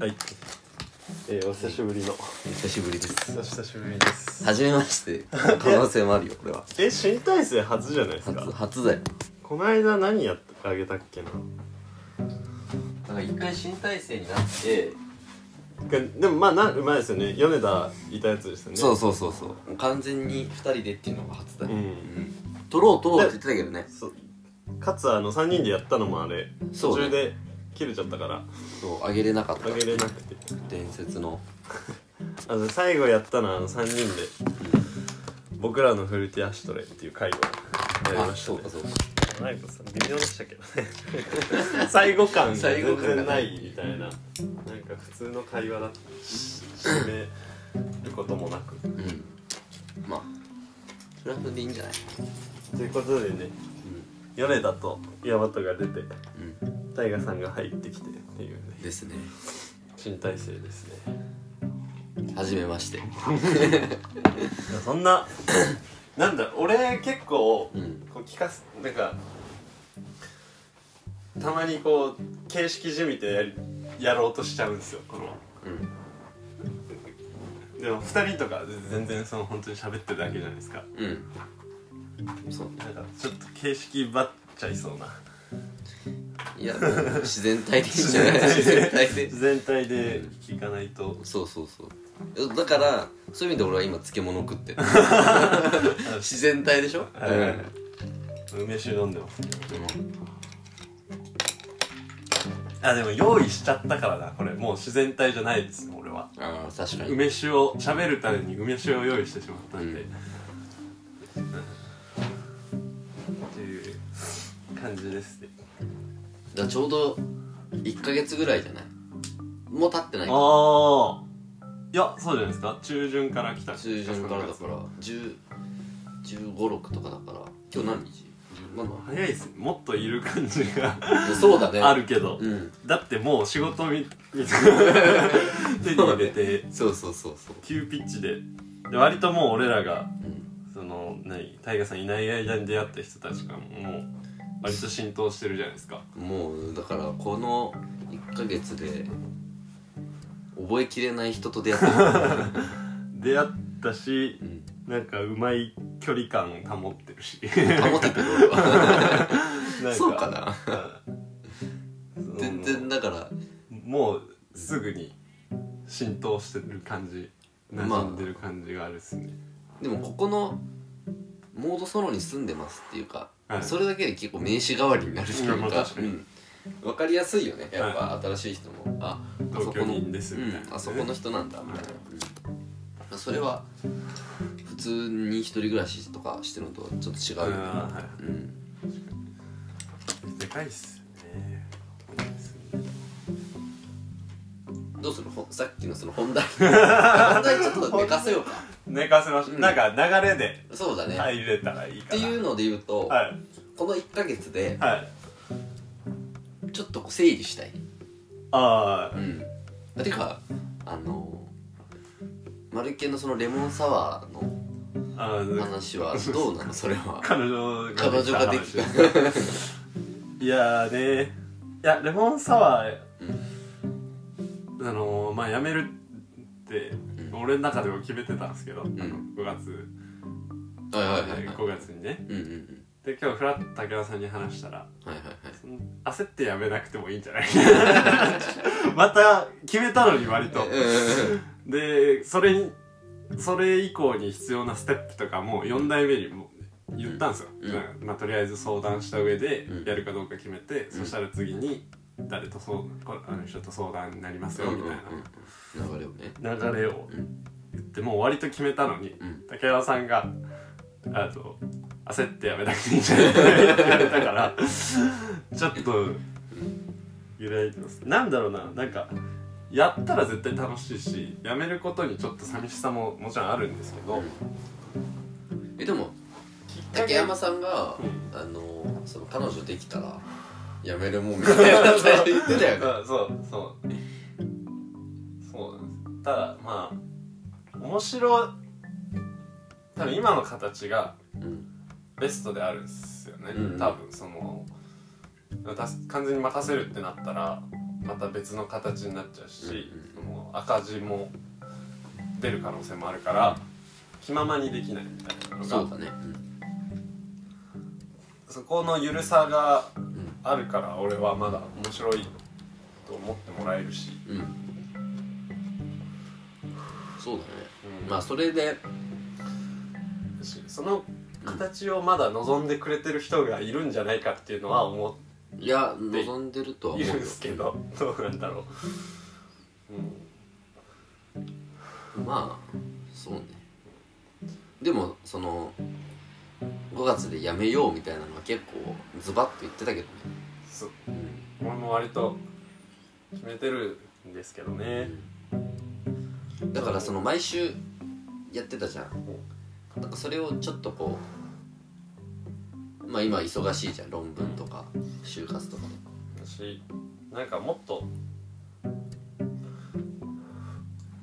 はい。えー、お久しぶりの。久しぶりです久しぶりです。初めまして可能性もあるよこれはえ、新体制初じゃないです初か。初だよこの間何やってあげたっけな。なんか一回新体制になってがでも、まあ、な、うまいですよね。米田いたやつですよね。そうそうそうそうもう完全に二人でっていうのが初だうね、ん。うん撮ろう撮ろうって言ってたけどねそう。かつ、あの、三人でやったのもあれ。そ途うね中で。切れちゃったから。そうあげれなかったあげれなくて。伝説のあの、最後やったのは、あの、三人で。僕らのフルティアシトレっていう会を。やりましたそうねか。そうかマイコさん微妙でしたけどね 最後感が最全後感が然ないみたいななんか普通の会話だったし締めることもなくうんまあそれはそれでいいんじゃないということでね米田とヤマトが出てうん、タイガさんが入ってきてっていううん、ねですね新体制ですね初めましていやそん ななんだ俺結構うんこう聞かすなんかたまにこう形式じみてやりやろうとしちゃうんですよこのうんでも2人とか全然その本当に喋ってるだけじゃないですかうんそうなんかちょっと形式ばっちゃいそうないやもう自然体でいいんじゃない自然体で自然体でいかないとそうそうそうだからそういう意味で俺は今漬物食 ってる自然体でしょ、はい梅酒飲んでますあでも用意しちゃったからなこれもう自然体じゃないですね俺はああ確かに梅酒を喋るために梅酒を用意してしまったんで、うっていう感じですねだからちょうど1ヶ月ぐらいじゃないもう経ってないああいやそうじゃないですか中旬から来た中旬からだから1 5 6とかだから今日何日17早いですねもっといる感じがそうだねあるけど、うんだってもう仕事 みみたいな手に入れてそうそうそうそう急ピッチでで割ともう俺らがうんその何大我さんいない間に出会った人たちからももう割と浸透してるじゃないですかもうだからこの1ヶ月で覚えきれない人と出会った、 出会ったしうん、なんかうまい距離感保ってる し保ててる俺はなん そうかなうん全然だからもうすぐに浸透してる感じまあ馴染んでる感じがあるっすね、でもここのモードソロに住んでますっていうか、はいそれだけで結構名刺代わりになるというか,、いやまあ確かにうん、分かりやすいよねやっぱ新しい人も、ああそ同こ居の、人ですみたいなね、うんあそこの人なんだみたいな、うんまあそれは普通に一人暮らしとかしてるのとはちょっと違うよねあーはうんいでかいっすねどうするほさっきのその本題 本題ちょっと寝かせようか寝かせましょう、うんなんか流れでそうだね、入れたらいいっかてないうので言うと、はいこの1ヶ月ではいちょっとこう整理したいああうん、てかあのマルケンのそのレモンサワーのあー話はどうなのそれは彼女彼女ができた話 いやーねいやレモンサワー、あのー、まあやめるって、うん俺の中でも決めてたんですけど、んあの5月、はいはいはいはい5月にねうんうんうんで今日フラッと武田さんに話したらはいはいはいうん焦ってやめなくてもいいんじゃない また決めたのに割とうでそれにそれ以降に必要なステップとかも4代目にも言ったんですよ、うんまあまあ、とりあえず相談した上でうんやるかどうか決めて、そしたら次に誰とそうこあの人と相談になりますよんみうんうんたうん流れをねいな流れをうん言ってもう割と決めたのにうん竹山さんがあと焦ってやめなくていいんじゃないって言われたからちょっと揺らいでますなんだろうななんかやったら絶対楽しいしやめることにちょっと寂しさももちろんあるんですけど、えでもきっか竹け山さんが、うあのその彼女できたらやめるもんみたいなこと言ってたよ ねうんそうそうそうなんですただまあ面白い多分今の形がうんベストであるんですよね、うん多分そのた完全に任せるってなったらまた別の形になっちゃうし、うもう赤字も出る可能性もあるから、気ままにできないみたいなのがそうだねそこの緩さがうんうんあるから俺はまだ面白いと思ってもらえるし、うんそうだねうんまあそれでだしその形をまだ望んでくれてる人がいるんじゃないかっていうのは思いや望んでるとはってい思るうよんですけどどうなんだろう、うん、まあそうねでもその5月でやめようみたいなのは結構ズバッと言ってたけどねそううん俺も割と決めてるんですけどね、だからその毎週やってたじゃんなんかそれをちょっとこうまあ今忙しいじゃん論文とか就活とかしなんかもっと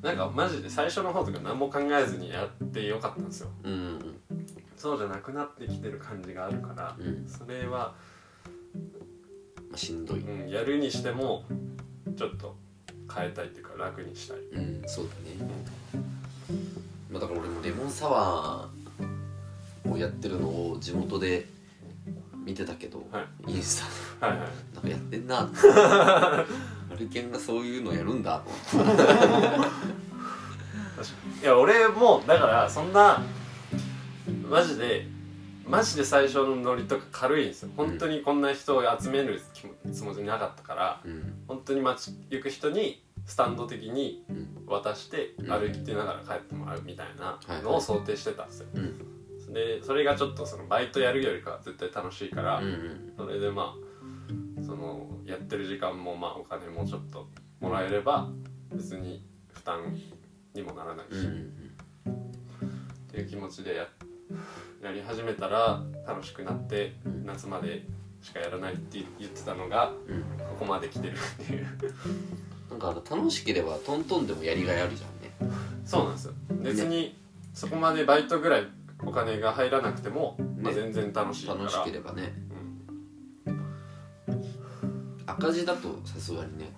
なんかマジで最初の方とか何も考えずにやってよかったんですようんうんそうじゃなくなってきてる感じがあるからうん、うんそれは、まあ、しんどいうん、やるにしてもちょっと変えたいっていうか楽にしたいうんそうだね、まあ、だから俺もレモンサワーをやってるのを地元で見てたけど、はインスタではいはいなんかやってん なってマルケンがそういうのやるんだと思って確かにいや俺もだからそんなマジでマジで最初のノリとか軽いんですよ本当にこんな人を集める気もつもりなかったからうん本当に街行く人にスタンド的にうん渡してうん歩きながら帰ってもらうみたいなのを想定してたんですよ、うんでそれがちょっとそのバイトやるよりかは絶対楽しいから、うんうんそれでまあそのやってる時間もまあお金もちょっともらえれば別に負担にもならないし、うんうんっていう気持ちでややり始めたら楽しくなってうん夏までしかやらないって言ってたのがうんここまで来てるっていうなんか楽しければトントンでもやりがいあるじゃんねそうなんですよ別にそこまでバイトぐらいお金が入らなくても、まあ、ね全然楽しいから、楽しければねうん赤字だとさすがにね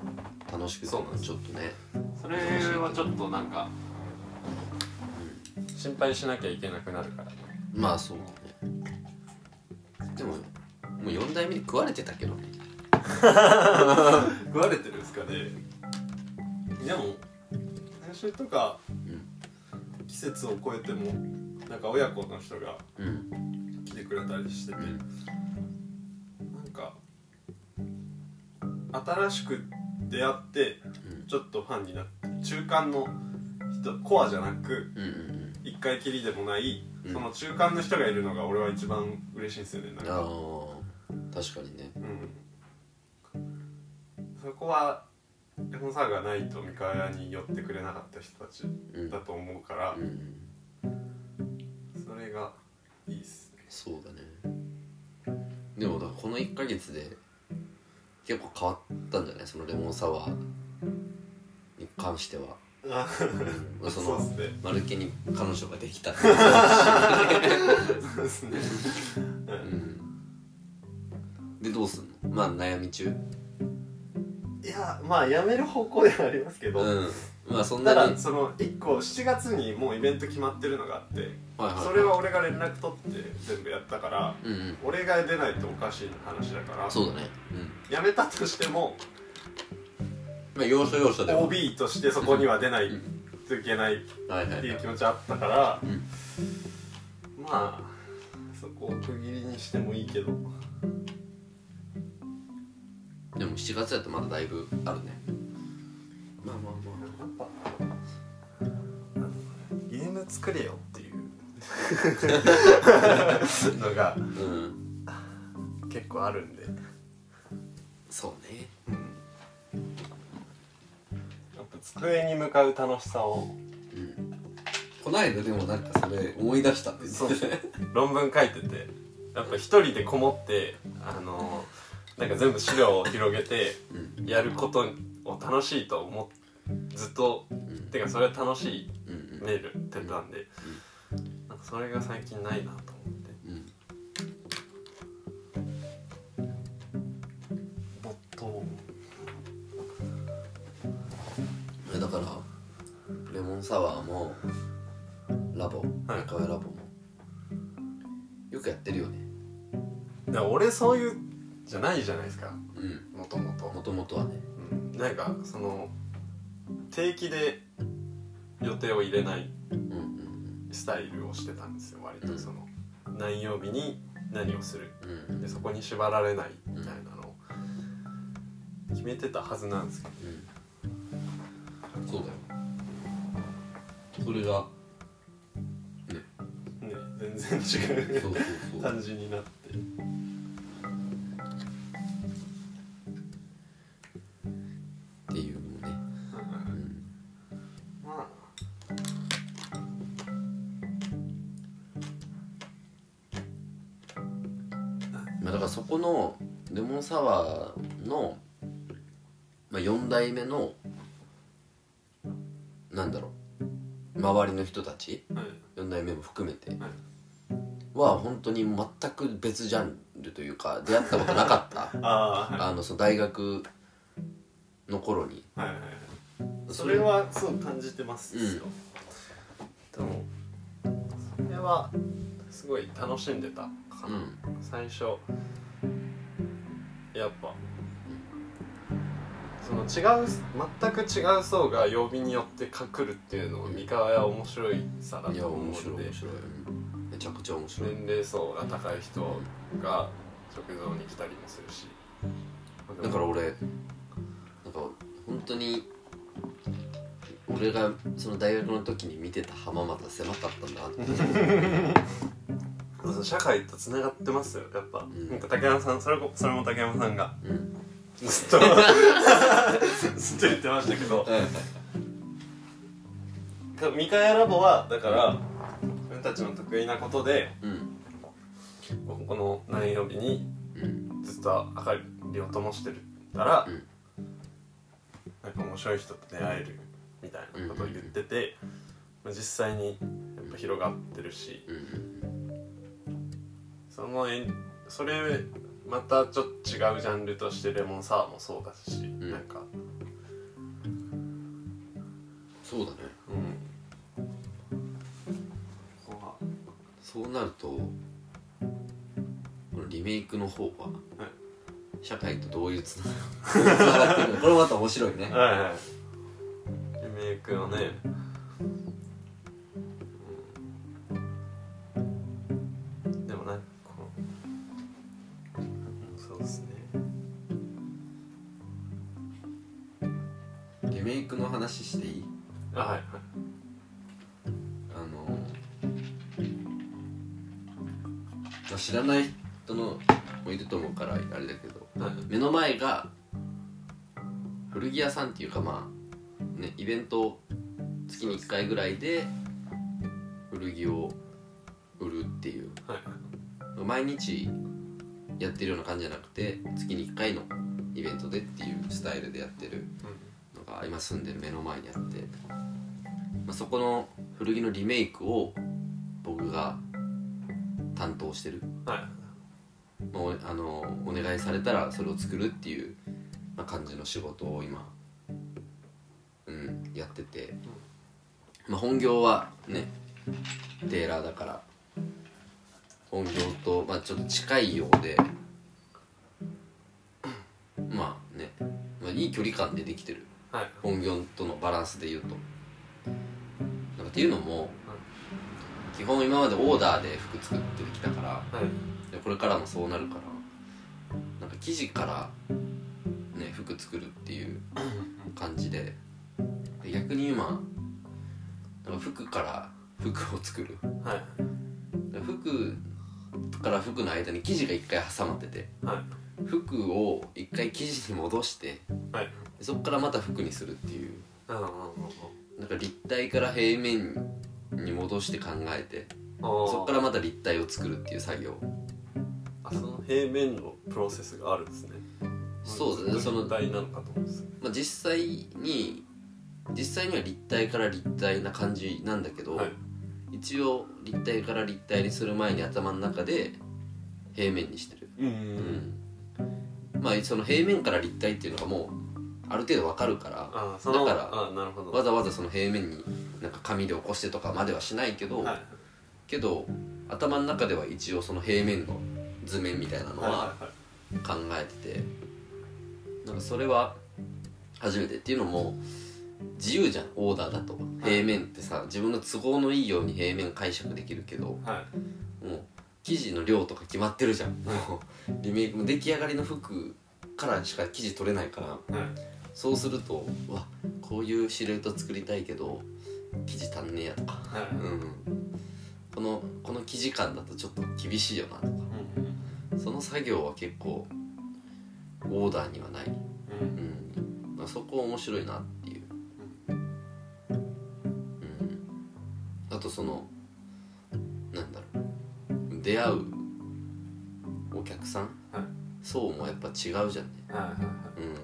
楽しくてそうもなんですちょっとねそれはちょっとなんか心配しなきゃいけなくなるからねまあそうだねでももう4代目に食われてたけどね食われてるんですかねでも先週とかうん季節を超えてもなんか親子の人がうん来てくれたりしてて、うんなんか新しく出会ってうんちょっとファンになって中間の人コアじゃなくうんうん一回きりでもない、うんその中間の人がいるのが俺は一番嬉しいんですよねなんあか、ー確かにねうん、そこはレモンサワーがないと三河屋に寄ってくれなかった人たちうんだと思うからう、んそれがいいっすねそうだねでもだからこの1ヶ月で結構変わったんじゃないそのレモンサワーに関して はうんそそうのっすねマルケに彼女が できたってそうっすねうんでどうすんのまあ悩み中いやまあやめる方向ではありますけど、うんまあそんなたにだその1個7月にもうイベント決まってるのがあってはいはいそれは俺が連絡取って全部やったからうんうん俺が出ないとおかしい話だからそうだねうんやめたとしてもまあ要所要所では OB としてそこには出ないといけないっはいはていいはうい気持ちあったからうんまあそこを区切りにしてもいいけどでも7月だとまだだいぶあるねまあまあまあゲーム作れよって いうのがうん結構あるんで。そうねやっぱ机に向かう楽しさをこないだでもなんかそれ思い出したんですそう ですね論文書いててやっぱ一人でこもってあのーなんか全部資料を広げてうんやることを楽しいと思っずっとうんてかそれは楽しうんいメールってたんでなんかそれが最近ないなと思ってうん没頭サワーもラボはい中川ラボもよくやってるよねだから俺そういうじゃないじゃないですかうんもともともともとはねなんかその定期で予定を入れないうんうんスタイルをしてたんですよ割とその何曜日に何をするうんうんでそこに縛られないみたいなのを決めてたはずなんですけどうんそうだよそれがね全然違そううそう そう感じになってっていうのもね、うん、ままあだからそこのレモンサワーの、まあ、4代目のなんだろう周りの人たちあ、はい4代目も含めてはいは本当に全く別ジャンルというか出会ったことなか ったああのその大学の頃にあはいはいはいそれはそう感じてますよ、でもそれはすごい楽しんでたかうな、ん最初やっぱその違う全く違う層が曜日によってかくるっていうのも三河屋は面白いさだいとや思うん面で白い面白いうんめちゃくちゃ面白い年齢層が高い人が食堂に来たりもするしだから俺なんか本当に俺がその大学の時に見てた浜松狭かったんだなってら社会とつながってますよやっぱ、んなんか竹山さんそれこそれも竹山さんがうんずっとずっと言ってましたけどミカヤラボはだから自分たちの得意なことでうんこの何曜日にうんずっと明かりを灯してるから、うんなんか面白い人と出会えるみたいなことを言ってて、まあ実際にやっぱ広がってるしうんそのえんそれまたちょっと違うジャンルとしてレモンサワーもそうだし、んなんか、そうだねうん、そうなるとこのリメイクの方は、社会とどういうつなつながってる のこれまた面白いねはいはいリメイクはね、うん、でもなんかこのそうですねリメイクの話していいあはいはいあの、まあ、知らない人のもいると思うからあれだけどはい目の前が古着屋さんっていうかまあねイベント月に1回ぐらいで古着を売るっていうはい毎日やってるような感じじゃなくて月に1回のイベントでっていうスタイルでやってるのが今住んでる目の前にあって、まあ、そこの古着のリメイクを僕が担当してるうんはいまあおあのお願いされたらそれを作るっていう、まあ、感じの仕事を今、うん、やってて、まあ、本業はねテーラーだから本業と、まあ、ちょっと近いようでまあね、まあ、いい距離感でできてるはい本業とのバランスで言うと。なんかっていうのも基本今までオーダーで服作ってきたから。はいでこれからもそうなるからなんか生地からね服作るっていう感じでで逆に今なんか服から服を作るはいで服から服の間に生地が一回挟まっててはい服を一回生地に戻してはいでそこからまた服にするっていううんうんうんなんか立体から平面に戻して考えてうんそこからまた立体を作るっていう作業あその平面のプロセスがあるんですねそうですねその立体なのかと思うんですよまあ、実際に実際には立体から立体な感じなんだけど、はい一応立体から立体にする前に頭の中で平面にしてる、うんうんまあその平面から立体っていうのがもうある程度わかるからあーそのだからあーなるほどわざわざその平面になんか紙で起こしてとかまではしないけど、はいけど頭の中では一応その平面の図面みたいなのはいははい考えててなんかそれは初めてっていうのも自由じゃんオーダーだと平面ってさ自分の都合のいいように平面解釈できるけどはいはいもう生地の量とか決まってるじゃんもうリメイクも出来上がりの服からしか生地取れないからはいそうするとうわこういうシルエット作りたいけど生地足んねえやとか、はいうん、このこの生地感だとちょっと厳しいよなとかうんうんその作業は結構オーダーにはない、うんうん、まあそこ面白いなっていう、うん、あとそのなんだろう出会うお客さん、はい層もやっぱ違うじゃんね、はいはいは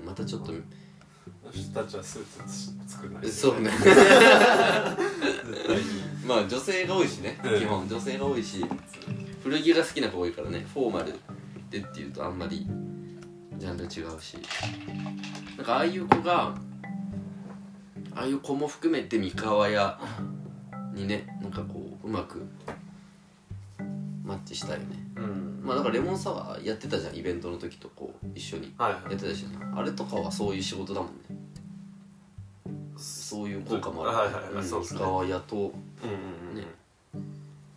うん、またちょっとい私たちはスーツつ作んないそうね絶対にまあ女性が多いしね、うん基本女性が多いし古着が好きな子多いからねフォーマルでっていうとあんまりジャンル違うしなんかああいう子がああいう子も含めて三河屋にねなんかこううまくマッチしたいよねうんまあだからレモンサワーやってたじゃんイベントの時とこう一緒にはいやってたしなあれとかはそういう仕事だもんねそういう効果もはあいはいはいるそうです三ね河屋とうんうんね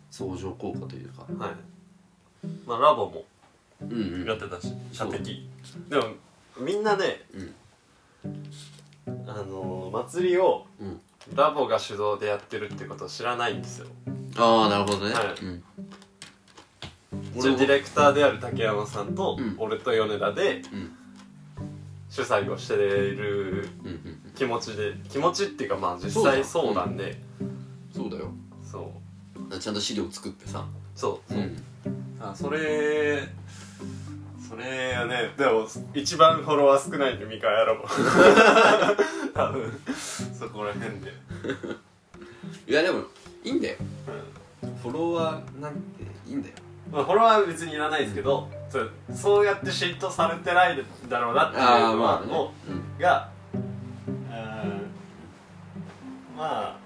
相乗効果というかうんはいまあラボもうんうんやはってたし射的でもみんなね、あの祭りをうんラボが主導でやってるってことを知らないんですよああなるほどね、はいうん、一応ディレクターである竹山さんとうん俺と米田でうん主催をしてるうんうん気持ちで気持ちっていうかまあ実際そうなんでそうだよそうちゃんと資料作ってさそうそう、んあそれそれはねでも一番フォロワー少ないんでミカヤ ラボ多分そこら辺でいやでもいいんだようんフォロワーなんていいんだよまあ、フォロワーは別にいらないですけど、そうそうやって嫉妬されてないだろうなっていうのはねもうんうが、うーんまあ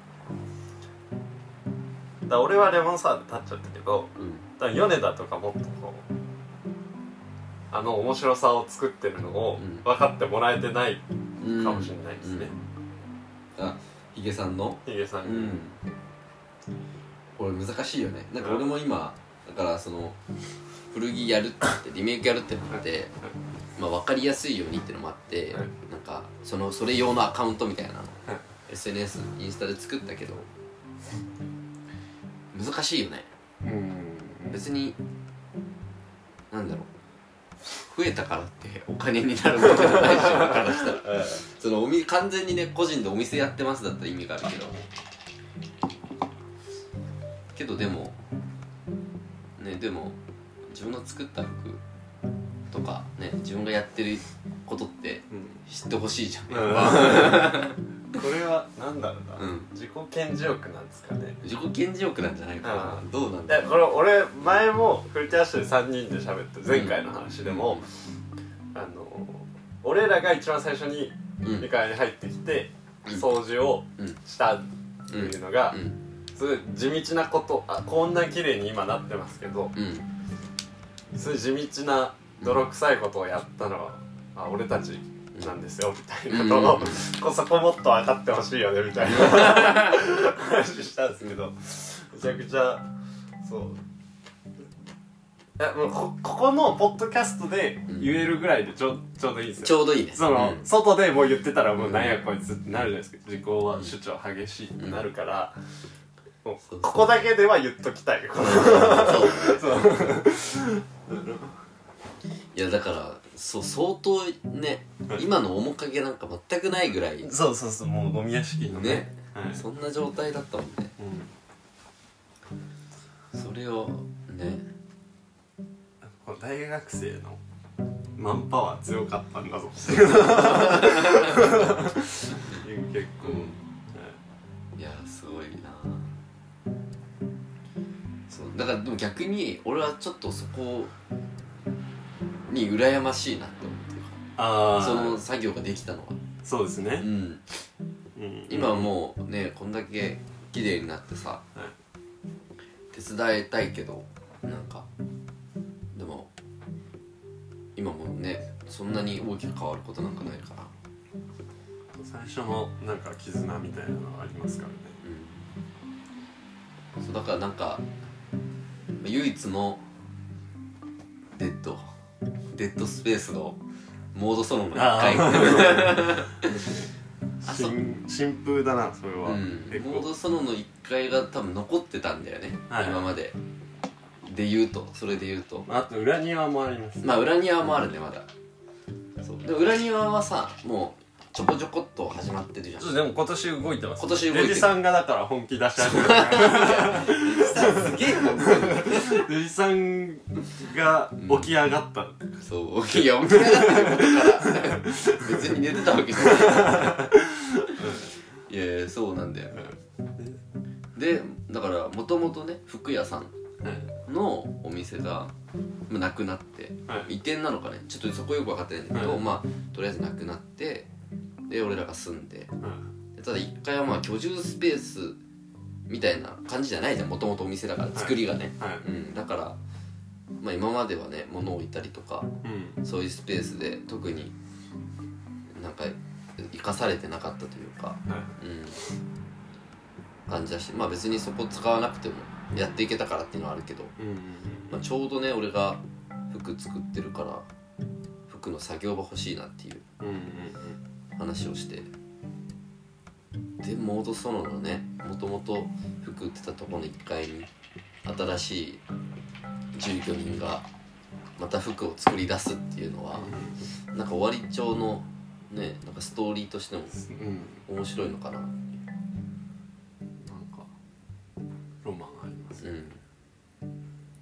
だから俺はレモンサワーで立っちゃったけどうんだから米田とかもっとこうあの面白さを作ってるのをうん分かってもらえてないうんかもしれないですね、うんあヒゲさんのヒゲさんうに、んこれ難しいよねなんか俺も今だからその古着やるってなってリメイクやるってなって、まあ、分かりやすいようにってのもあって、はいなんかそのそれ用のアカウントみたいなの、SNS インスタで作ったけど難しいよね別になんだろう増えたからってお金になるわけじゃないし俺から したらそのおみ完全にね個人でお店やってますだったら意味があるけどけどでもねでも自分の作った服とかね自分がやってることって知ってほしいじゃん、うんこれはなんだろうな、うん自己顕示欲なんですかね自己顕示欲なんじゃないかな、うどうなんだでこれ俺前もフルティアッシュで3人で喋った前回の話でも、あの俺らが一番最初にうんうん理解に入ってきて、うん掃除をうんしたっていうのが、うんすごい地道なことあこんな綺麗に今なってますけどうんすごい地道な泥臭いことをやったのは、あ俺たちなんですよみたいなことを、うんこそこもっと分かってほしいよねみたいな話したんですけどめちゃくちゃそういやもうこここのポッドキャストで言えるぐらいでちょちょうどいいですちよょうどいいねその、 うん外でもう言ってたらもうなんやこいつってなるじゃないですか自己は主張激しいってなるから、もうここだけでは言っときたいこのそうそういやだからそう相当ね今の面影なんか全くないぐらいそうそうそうもうゴミ屋敷のねねはいそんな状態だったもんねうんそれをねこう大学生のマンパワー強かったんだぞ結構、いやすごいなそうだからでも逆に俺はちょっとそこに羨ましいなって思ってるああその作業ができたのはそうですうね、んうん、今はもうねこんだけ綺麗になってさ、は手伝いたいけどなんかでも今もねそんなに大きく変わることなんかないから、最初のなんか絆みたいなのはありますからねうん、そうだからなんか唯一のデッドデッドスペースのモードソロの1回あそう新新風だなそれは、うん、 結モード構ソロの1階が多分残ってたんだよね、はい今までで言うとそれで言うとあと裏庭もあります、まあ裏庭もあるねまだそうで裏庭はさもうちょこちょこっと始まってるじゃんちょっとでも今年動いてます今年動いてるレジさんがだから本気出し始めたすげえもう レジさんが起き上がった、そういや起き上がってることから別に寝てたわけじ ゃないいやいやそうなんだよでだからもともとね服屋さんのお店がまあなくなって、は移転なのかねちょっとそこよく分かってないんだけど、はいまあとりあえずなくなってで俺らが住んででただ1階はまあ居住スペースみたいな感じじゃないじゃんもともとお店だから作りがね、はいうん、だから、まあ、今まではね物を置いたりとかうんそういうスペースで特になんか生かされてなかったというか、はいうん、感じだしまあ別にそこ使わなくてもやっていけたからっていうのはあるけどうんまあ、ちょうどね俺が服作ってるから服の作業場欲しいなっていううんうん話をしてでモードソロのねもともと服売ってたところの1階に新しい住居人がまた服を作り出すっていうのはなんか終わり帳のねなんかストーリーとしてもうんうん面白いのかななんかロマンありますうん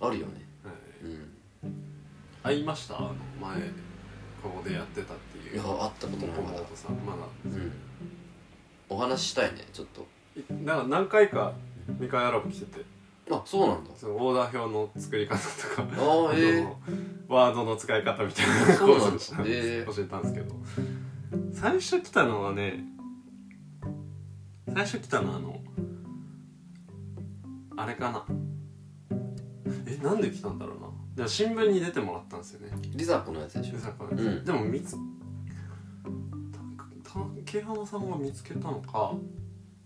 あるよねはいうん会いましたあの前ここでやってたっていういや会ったことないコまモだとさんまだうんお話ししたいねちょっとなんか何回か2回アラブ来ててあそうなんだそのオーダー表の作り方とかああええあのワードの使い方みたいなそうなん講だ座したんですええ教えたんですけど最初来たのはね最初来たのはあのあれかなえなんで来たんだろうなでも新聞に出てもらったんですよねリザコのやつでし秀ょ作はうんでも見つた竹浜さんが見つけたのか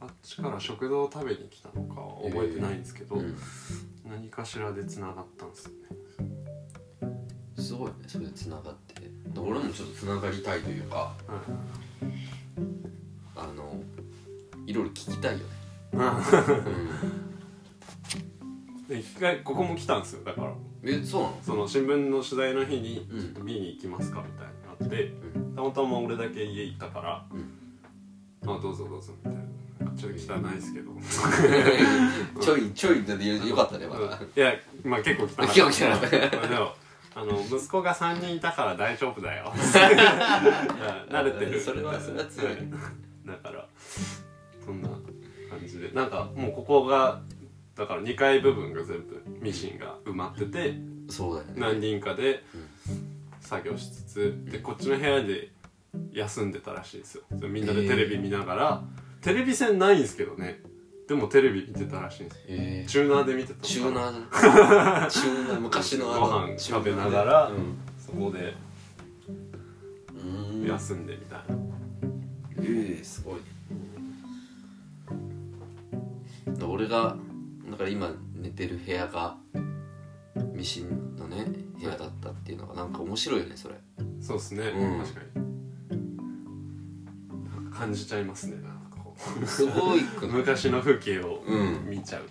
あっちから食堂を食べに来たのかは覚えてないんですけど、うん何かしらでつながったんですよねすごいねそれでつながってで俺もちょっとつながりたいというかあのいろいろ聞きたいよねうんうんで一回ここも来たんですよだからえそうなのその新聞の取材の日にうんちょっと見に行きますかみたいになってうんたまたま俺だけ家行ったから「うあどうぞどうぞ」みたいなちょっと汚いですけどちょいちょいだってよよかったねまだいやまあ結構汚かっ結た構来なかったでもあの息子が3人いたから大丈夫だ よ慣れてるそれはそれは強いだからそんな感じでなんかもうここがだから2階部分が全部ミシンが埋まっててそうだよね何人かで作業しつつでこっちの部屋で休んでたらしいですよそれみんなでテレビ見ながら、テレビ線ないんですけどねでもテレビ見てたらしいんですよえチューナーで見てたのかなーチューナーだねチューナー昔のあごの飯チューナー食でべながらうんそこでうーん休んでみたいな、ええすごい俺がだから今寝てる部屋がミシンのね部屋だったっていうのがなんか面白いよねそれそうですね、うん確かになんか感じちゃいますねなんかこ うすごいくな昔の風景をうん見ちゃう、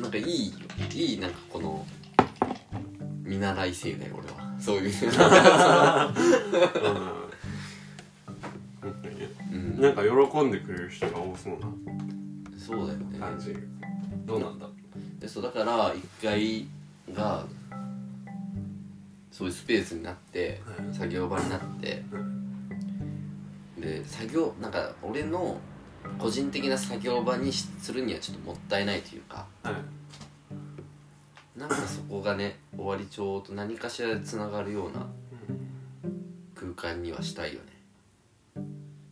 なんかいいいいなんかこの見習い生だよ俺はそういううん本当にねうんなんか喜んでくれる人が多そうそうだよねな感じ、どうなんだでそうだから1階がそういうスペースになって、はい作業場になって、で作業なんか俺の個人的な作業場にしするにはちょっともったいないというかはいなんかそこ がね終わり帳と何かしらでつながるような空間にはしたいよね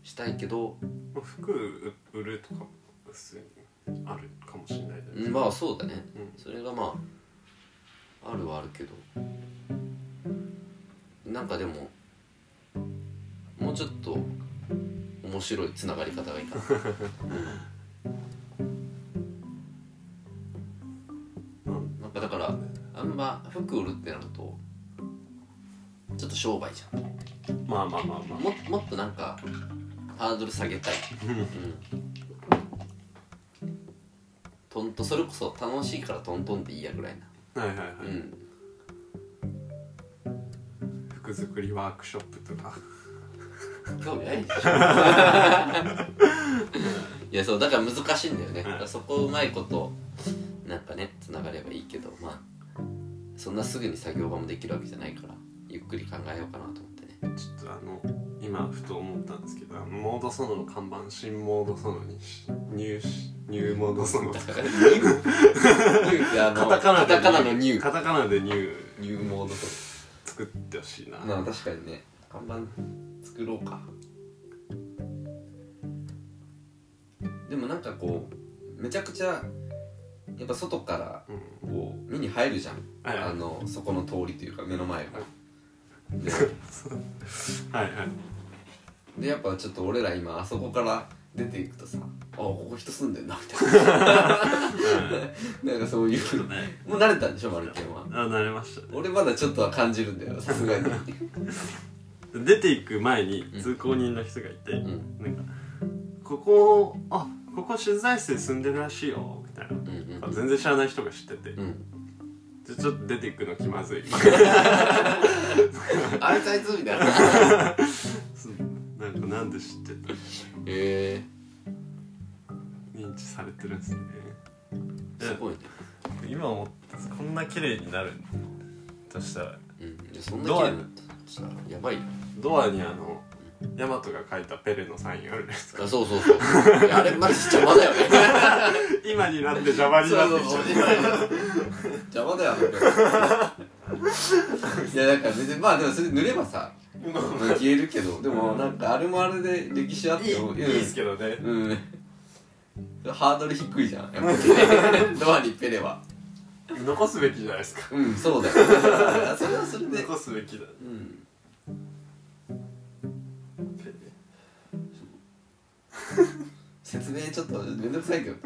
したいけどまあ服売るとか普通にあるかもしれないじゃないですまあそうだねか、うんそれがまああるはあるけどなんかでももうちょっと面白いつながり方がいいかなうんなんかだからあんま服売るってなるとちょっと商売じゃんまあまあまあまあももっとなんかハードル下げたい、うん、トントンそれこそ楽しいからトントンっていいやぐらいなはいはいはい、うん服作りワークショップとか興味ないでしょ いやそうだから難しいんだよね、だからそこをうまいことなんかねつながればいいけどまあそんなすぐに作業場もできるわけじゃないからゆっくり考えようかなと思ってねちょっとあの今ふと思ったんですけどあのモードソノの看板新モードソノにし入し入モードソノだからニューニューってあの カタカナでカタカナのニューカタカナでニューニューモードと作ってほしいな、まあ確かにね看板作ろうかでもなんかこうめちゃくちゃやっぱ外からうんこう目に入るじゃん、はいはいあのそこの通りというか目の前が、ではいはいでやっぱちょっと俺ら今あそこから出ていくとさあここ人住んでんなみたいななんかそういうもう慣れたんでしょマルケンはあ慣れましたね俺まだちょっとは感じるんだよさすがに出ていく前にうん通行人の人がいて、んなんかここあここ取材室に住んでるらしいよみたいな、うんうんあ全然知らない人が知ってて、うんじゃちょっと出ていくの気まず いあいつあいつみたいなそうなんかなんで知ってたへえ認知されてるんですねすごいね今思ったこんな綺麗になるとしたらうんいやそんな綺麗になったらやばいよドアにあのヤマトが書いたペレのサインあるん ですかあそうそうそういやあれマジ邪魔だよ ね今になって邪魔になってきちゃう邪魔だよあの子いやなんか別にまあでもそれ塗ればさ消えるけどでもなんかあれもあれで歴史あってもいいですけどねうんハードル低いじゃんやっぱり ドアにペレは残すべきじゃないですかうんそうだよそれはそれで残すべきだうん説明ちょっとめんどくさいけど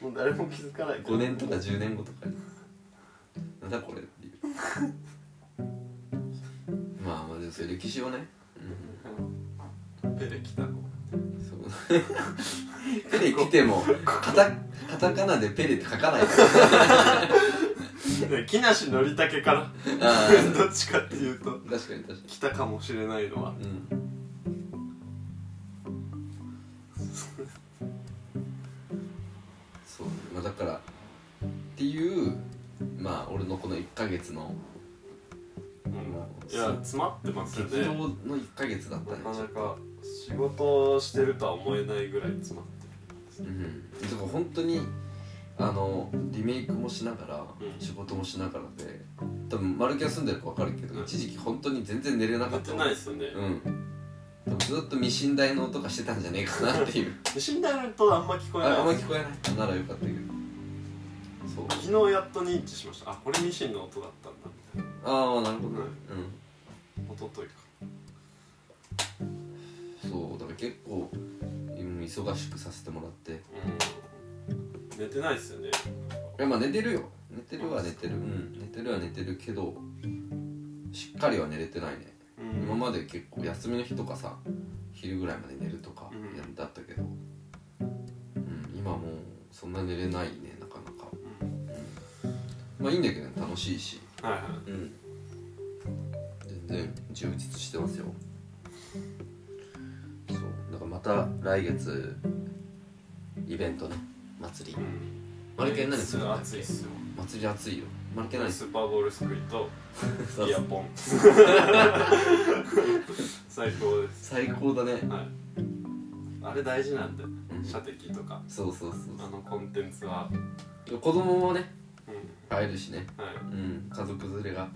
もう誰も気づかない5年とか10年後とかになんだこれっていうまあまあでもそれ歴史をね、ペレ来たのうん、そうペレ来てもカタカタカナでペレって書かないからで木梨憲武かあらーどっちかっていうと確かに確かに来たかもしれないのはうんそう、まあ、だからっていうまあ俺のこの1ヶ月のいや詰まってますよ激動ねの1ヶ月だったなねかなか仕事をしてるとは思えないぐらい詰まってうんだから本当にあのリメイクもしながら、うん仕事もしながらで多分マルキは住んでるか分かるけど、うん一時期本当に全然寝れなるかやっったてないですよねうん多分ずっと未寝台の音がしてたんじゃねえかな っていう死んだのとあんま聞こえああんまない聞こえないならよかったけどそう昨日やっと認知しましたあこれミシンの音だったんだみたいああなるほどねな音というかうんそうだから結構うん忙しくさせてもらっていうん寝てないですよねやまあ寝てるよ寝てるは寝てるうん寝てるは寝てるけどしっかりは寝れてないね、うん今まで結構休みの日とかさ昼ぐらいまで寝るとかうんやだったけど、うん、今もうそんな寝れないねなかなかうんまあいいんだけどね楽しいしはいはいうん全然充実してますよそうだからまた来月イベントね祭りうんマルケン何するんだっ暑いけっすよ祭り暑いよマルケン何すスーパーボールすくいとるイヤ ポン最高です最高だねはいあれ大事なんでうん射的とかそうそうあのコンテンツはそう子供もねうん会えるしねはいうん家族連れが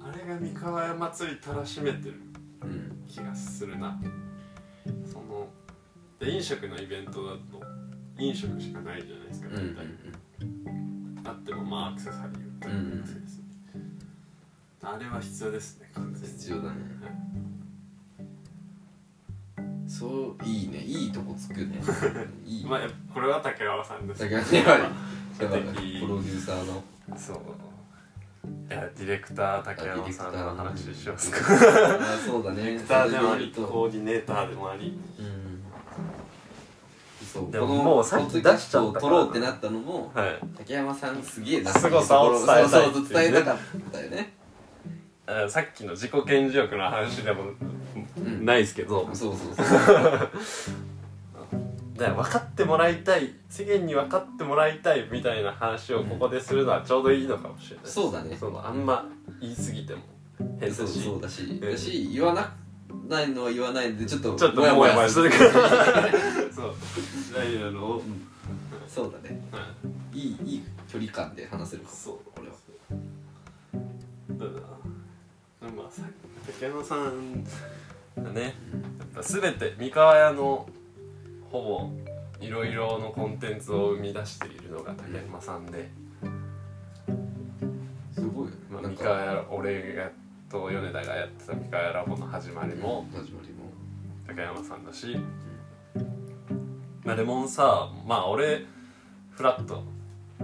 あれが三河屋祭りたらしめてるうん気がするなで飲食のイベントだと飲食しかないじゃないですかうんうん大体、あってもまあアクセサリー売ったりとかです、あれは必要ですね完うん全に必要だねそういいねいいとこつく ねいいまあやっぱこれは竹川さんですだからやっぱり素敵やっぱプロデューサーのそういやディレクター竹山さんの話しますかデ あそうだねディレクターでもありコーディネーターでもありうんそうでもこのもうさっき出しちゃったからポッドキャストを撮ろうってなったのもはい竹山さんすげえな凄さを伝えたいっていうねそうそう伝えたかったよねあさっきの自己顕示欲の話でもんないですけど、そうそうそうだから分かってもらいたい世間に分かってもらいたいみたいな話をここでするのはちょうどいいのかもしれない、そうだねそのあんま言い過ぎても変だしそうそうだしうんだし言わなないのは言わないでちょっとちょっとモヤモヤするから そうダイヤのを、そうだねはいいいいい距離感で話せるかもそうこれはだなまあさ竹山さんがねやっぱ全て三河屋のほぼいろいろのコンテンツを生み出しているのが竹山さんで、すごいよねまあ、なん三か河屋俺がと米田がやってた三河屋ラボの始まりも始まりも竹山さんだし、まあ、レモンさまあ俺フラット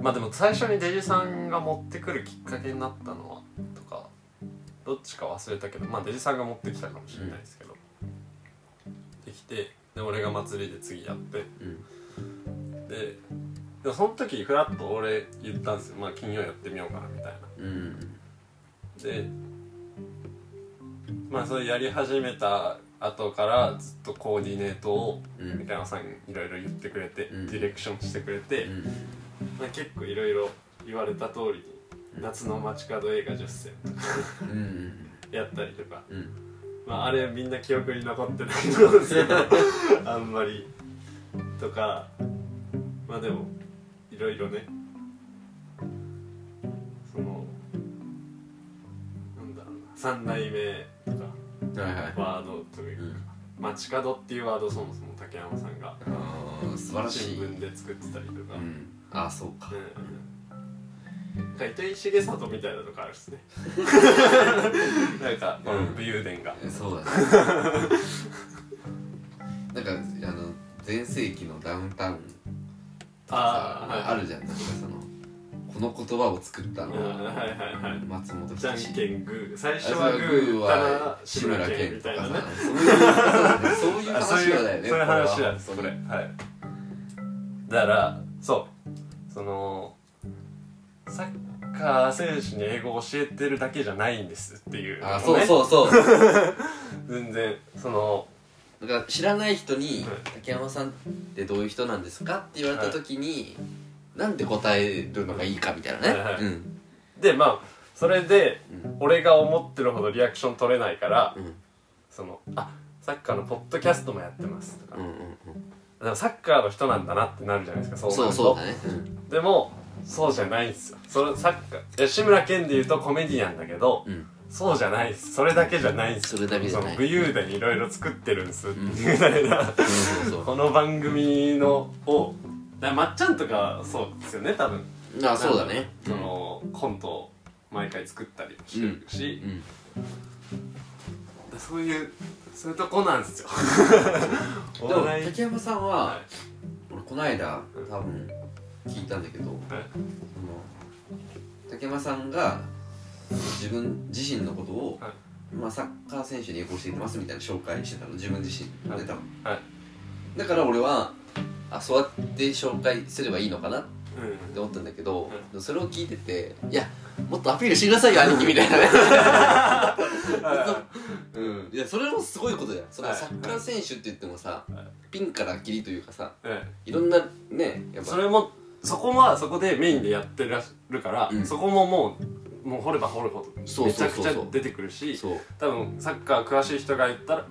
まあでも最初にデジさんが持ってくるきっかけになったのはとかどっちか忘れたけどまあデジさんが持ってきたかもしれないですけど、できてで俺が祭りで次やってうんででもその時フラッと俺言ったんですよまあ金曜やってみようかなみたいなうんでまあそれやり始めた後からずっとコーディネートをうん三山さんいろいろ言ってくれて、うんディレクションしてくれて、うんまあ、結構いろいろ言われた通りに「夏の街角映画10選」とかうんやったりとか、うんまあ、あれみんな記憶に残ってないと思うんですけどあんまりとかまあでもいろいろねそのなんだろうな三代目とかうんはいはいワードといううかん「街角」っていうワードをそもそも竹山さんがあー素晴らし新い聞で作ってたりとか。うんあーそうかうんなんか糸井重里みたいなとこあるっす ねなんかこの武勇伝が、えそうだね なんかあの全盛期のダウンタウンとかあーはいさあるじゃんなんかそのこの言葉を作ったのうんはいははいはい松本人じゃん志けんグー最初最初ははググー打ーったらは志志村村けんけみんたといなかねさそういうそういうあそう話いうだよねそういう話なんですそこれはいだからそうそのサッカー選手に英語を教えてるだけじゃないんですっていうのもあねそうそうそうだ全然そのから知らない人にはい「竹山さんってどういう人なんですか?」って言われた時になんて答えるのがいいかみたいなはいはいねうんでまあそれでうん俺が思ってるほどリアクション取れないから、うんそのあサッカーのポッドキャストもやってますとか,、うんうんうんでもサッカーの人なんだなってなるじゃないですかそうなるそとうそうだね、うんでもそうじゃないんですよそれサッカーいや志村けんで言うとコメディアンだけど、うんそうじゃないですそれだけじゃないんですそれだけじゃないその武勇伝いろいろ作ってるんですみたいな、そう そうそこの番組のをだからまっちゃんとかそうですよね多分うあそうだねそのコントを毎回作ったりもしてるし、うんでそういうそういうとこなん ですよおでも笑い竹山さんははい俺この間多分聞いたんだけどはいその竹山さんが自分自身のことをはいまあサッカー選手に教えてますみたいな紹介してたの自分自身のね多分はいだから俺はあそうやって紹介すればいいのかなって思ったんだけどそれを聞いてていやもっとアピールしなさいよ兄貴みたいな ねうん、いやそれもすごいことだよそのはいサッカー選手って言ってもさ、はいピンからキリというかさうん、いろんなねやっぱそれもそこはそこでメインでやってらっしゃるから、うんそこももうもう掘れば掘るほどそうめちそゃうくそうそうちゃ出てくるしそう多分サッカー詳しい人が言ったら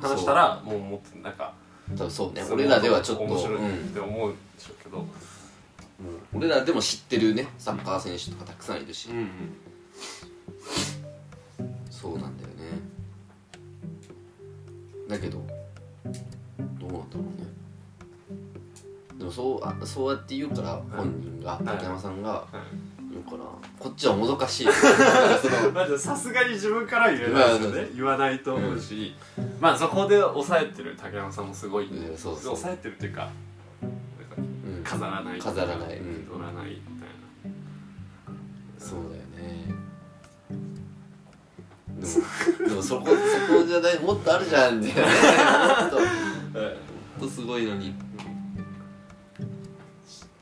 話したらもうもっとなんか多分そうねその俺らではちょっと、面白ういっんて思うんでしょうけど、俺らでも知ってるねサッカー選手とかたくさんいるし、うんそうなんだよねだけどどうどうなんだろうねでもそうあそうやって言うから本人が、竹山さんが言うからこっちはもどか しいだからそのまあさすがに自分からは言えないですよまあね言わないと思うし、まあそこで抑えてる竹山さんもすごいんで、うんそうそう抑えてるっていうかなんかうん飾らない飾らないうん踊らないみたいなそうだよねでもでもそこそこじゃないもっとあるじゃんみたい なねもっともっとすごいのに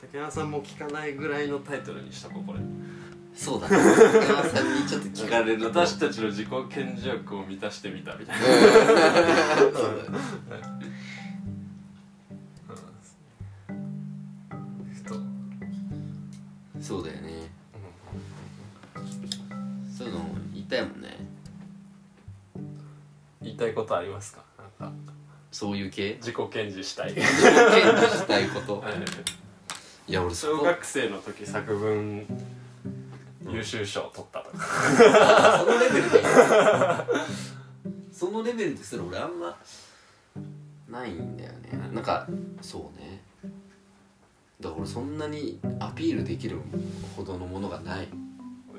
竹山さんも聞かないぐらいのタイトルにしとこうこれそうだね竹山さんにちょっと聞かれると私たちの自己顕示欲を満たしてみたみたいなそうだよねふとそうだよねそういうの言いたいもんね言いたいことありますかなんかそういう 系自己顕示したい自分を堅持したいことはいいや俺そ小こ学生の時作文優秀賞取ったとか、そのレベルでそのレベルですら俺あんまないんだよねなんかそうねだから俺そんなにアピールできるほどのものがない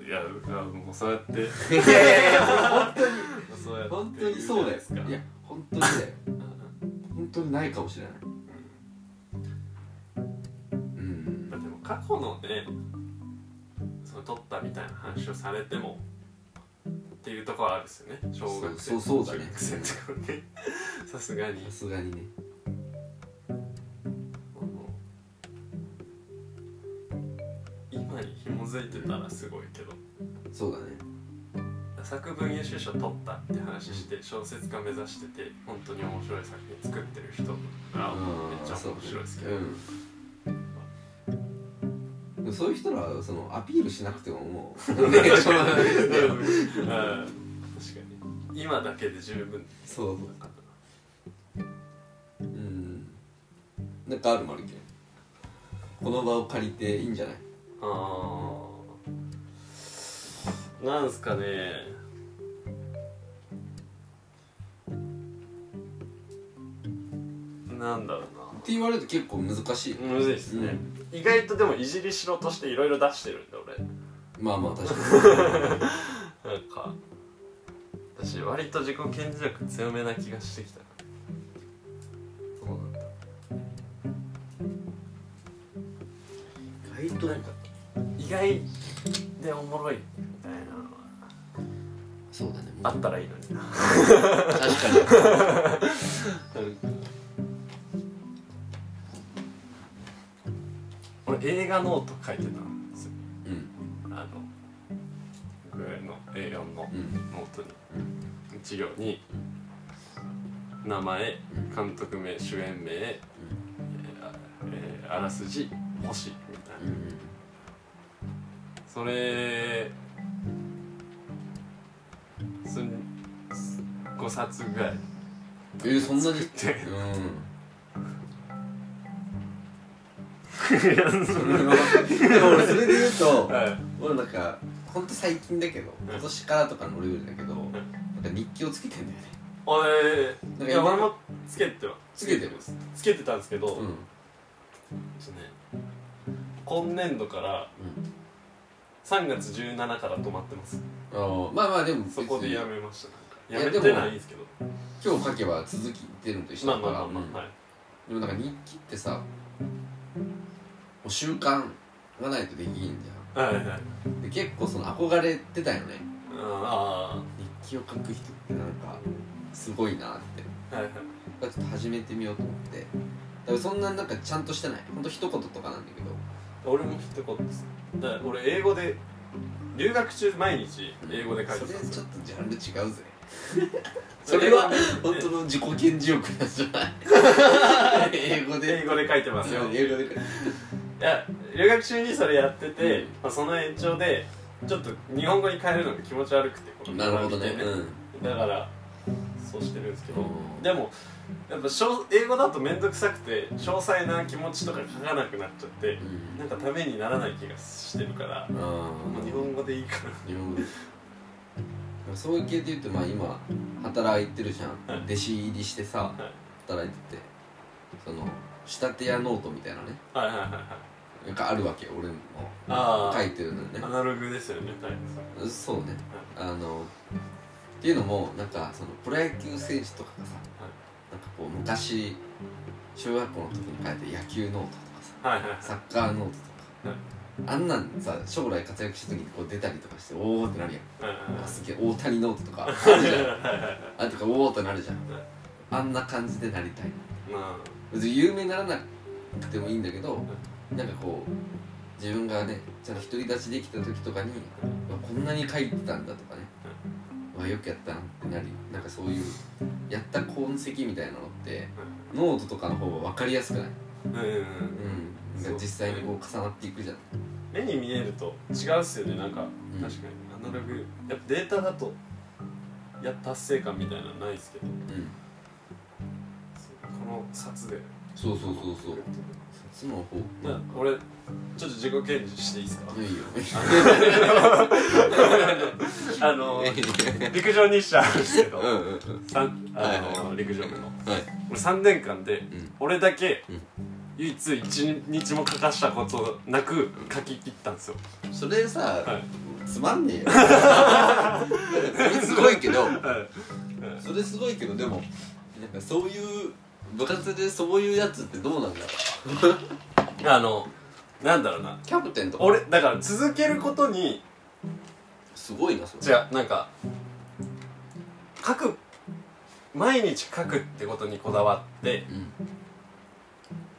いやいやもうそうやっていやいやいや そうやって本当にそうだよ言うじゃないいでや本当にだよ本当にないかもしれないうんまあでも過去のねその取ったみたいな話をされてもっていうところはあるですよね小学生そうそうそうだ中ね学生とかね さすがにさすがにねあの今に紐づいてたらすごいけどそうだね作文優秀賞取ったって話して小説家目指してて本当に面白い作品作ってる人が めっちゃ面白いですけど、うんでもそういう人らはそのアピールしなくてもも うねしょうがないですようん確かに今だけで十分そううんなんかあるまるけこの場を借りていいんじゃないあーなんすかねなんだろうなって言われると結構難しいよねむずいっすね、意外とでもいじりしろとしていろいろ出してるんだ俺まあまあ確 かになんか私割と自己顕示力強めな気がしてきたそうなんだ意外となんか意外でおもろいみたいなのはそうだねもあうったらいいのにな確か に俺映画ノート書いてたんですようんあの僕の A4 のうんノートに一行に名前監督名主演名、えーあえーあらすじ星みたいなうんそれそん5冊ぐらいえー、そ んなに作ってうんでも俺それで言うとはい俺なんかほんと最近だけど今年からとかのレベルだけどなんか日記をつけてんだよね俺なんかいや俺もつけてはつけてるますつけてたんですけど、うんうでんすね今年度から3月17から止まってますあーまあまあでもそこでや別にめましたいなんやかやめてないんですけど今日書けば続き出るのと一緒まあだかまあまあらまあ、うんはいでもなんか日記ってさもう習慣がないとできんじはいはいはいゃんで結構その憧れてたよねあ日記を書く人ってなんかすごいなってあはいはいちょっと始めてみようと思ってだからそんななんかちゃんとしてないほんと一言とかなんだけど俺も一言ですだから俺英語で留学中毎日英語で書いてたんでそれすちょよっとジャンル違うぜそそれれはは本当の自己顕示欲なんじゃない英語で 英語で書いてますようん英語でいや留学中にそれやってて、うんまあ、その延長でちょっと日本語に変えるのが気持ち悪くてこのなるほどね並びでうんだからそうしてるんですけど、うんでもやっぱしょう英語だと面倒くさくて詳細な気持ちとか書かなくなっちゃってうんなんかためにならない気がしてるから、あもう日本語でいいか日本語でそういう系で言うとまあ今働いてるじゃん、はい弟子入りしてさ、はい働いててその仕立て屋ノートみたいなねはいはいはいはいなんかあるわけ俺もあー書いてるのよねアナログですよねはいそうねあのっていうのもなんかそのプロ野球選手とかがさ、なんかこう昔小学校の時に書いて野球ノートとかさはいはいはいサッカーノートとか、あんなんさ将来活躍した時にこう出たりとかしておおってなるやんはいはいあすげえ大谷ノートとかあるじゃはんいはいあとかおおってなるじゃんはいあんな感じでなりたいま別に有名にならなくてもいいんだけどなんかこう自分がねちゃんと独り立ちできた時とかにうわこんなに書いてたんだとかねうわよくやったなってなりなんかそういうやった痕跡みたいなのってノートとかの方が分かりやすくない、あうんうんうんうん、なんか実際にこう重なっていくじゃん目に見えると違うっすよねなんかん確かにアナログやっぱデータだといや達成感みたいなのないですけどうんそうこの札でそうそうそうそうそっちの方じゃあ俺ちょっと自己顕示していいですかいいよあの陸上日誌あるんですけど うんうんうんさんあはいの陸上部のはい俺3年間でん俺だけうん唯一1日も欠かしたことなく書き切ったんですよそれさ、はいつまんねえよそれすごいけどそれすごいけどでもなんかそういう部活でそういうやつってどうなんだろあのなんだろうなうキャプテンとか俺だから続けることにすごいなそれじゃあなんか書く毎日書くってことにこだわってうん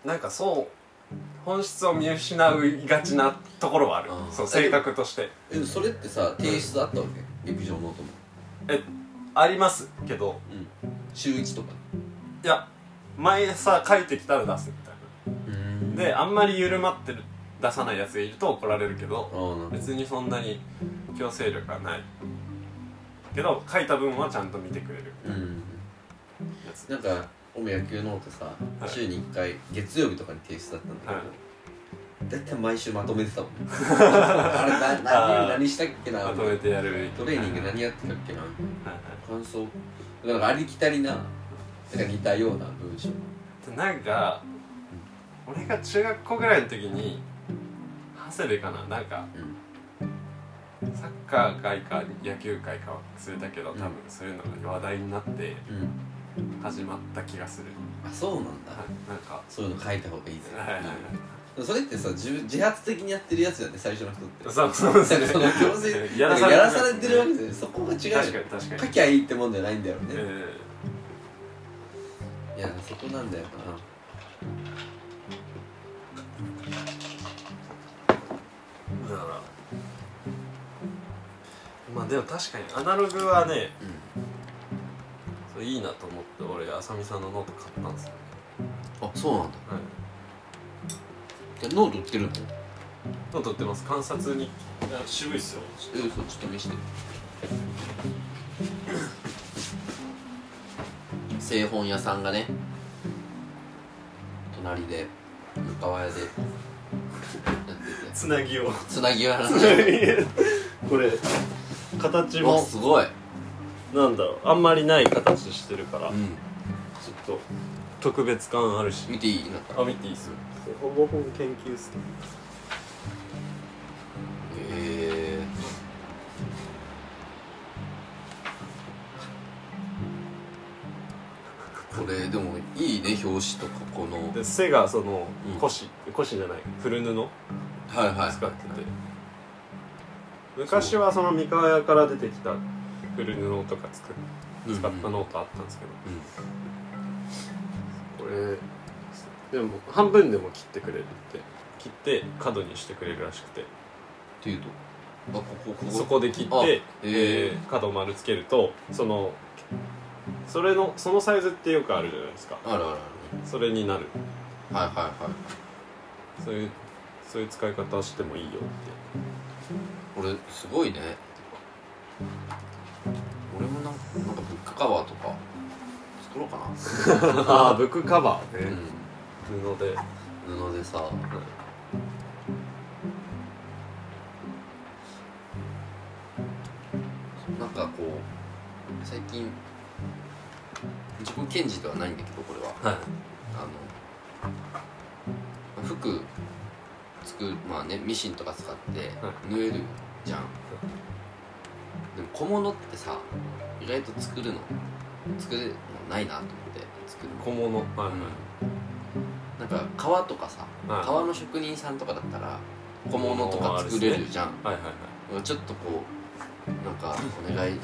なんかそう本質を見失いがちなところはあるあーそう性格としてえそれってさ提出あったわけ陸上ノートもえありますけど週1とかいや前さ書いてきたら出すみたいうんなであんまり緩まってる出さないやつがいると怒られるけどああなる別にそんなに強制力はないけど書いた分はちゃんと見てくれるうんやつなんか俺も野球ノートさはい週に1回月曜日とかに提出だったんだけど、はい大体毎週まとめてたもんあれな何何したっけなまとめてやるトレーニング何やってたっけなはいはい感想なんかありきたりななんか似たような文章なんか俺が中学校ぐらいの時に長谷部かななんかうんサッカー界か野球界かは忘れたけどう多ん分そういうのが話題になってうん始まった気がするあそうなんだはいなんかそういうの書いた方がいいぜはいはいはいそれってさ自分自発的にやってるやつだよね最初の人ってそうそうですねなんかその強制ややららされされてるわけでそこが違うよ確かに確かに書きゃいいってもんじゃないんだよね、えいやそこなんだよなーだからまあでも確かにアナログはねそういいなと思って俺浅見さんのノート買ったんですよねあそうなんだはいノート売ってるのノート売ってます観察に渋いっすよえ嘘ちょっと見して製本屋さんがね隣で向川屋でやっててつなぎを つなぎをやらないこれ形わもすごい、なんだろうあんまりない形してるからちうょっとん、特別感あるし見ていいなんかあ見ていいっすほぼほぼ研究室えー、これでもいいね表紙とかこので背がそのうん古紙古紙じゃない古布はいはい使ってて昔はその三河屋から出てきた古布とか作っうんうん使ったノートあったんですけど、これでも半分でも切ってくれるって切って角にしてくれるらしくてっていうとあここここそこで切っあて、ええー角を丸つけるとそのそれのそのサイズってよくあるじゃないですかあるあるあるそれになるはいはいはいそういうそういう使い方してもいいよってこれすごいね俺もなんかなんかブックカバーとか作ろうかな ああブックカバーうん布で布でさなんかこう最近自己顕示ではないんだけどこれははいあの服作るまあねミシンとか使っては縫えるじゃんでも小物ってさ意外と作るの作れるのないなと思って作る小物はいなんか革とかさはい革の職人さんとかだったら小物とか作れるじゃん、はいはいちょっとこうなんかお願い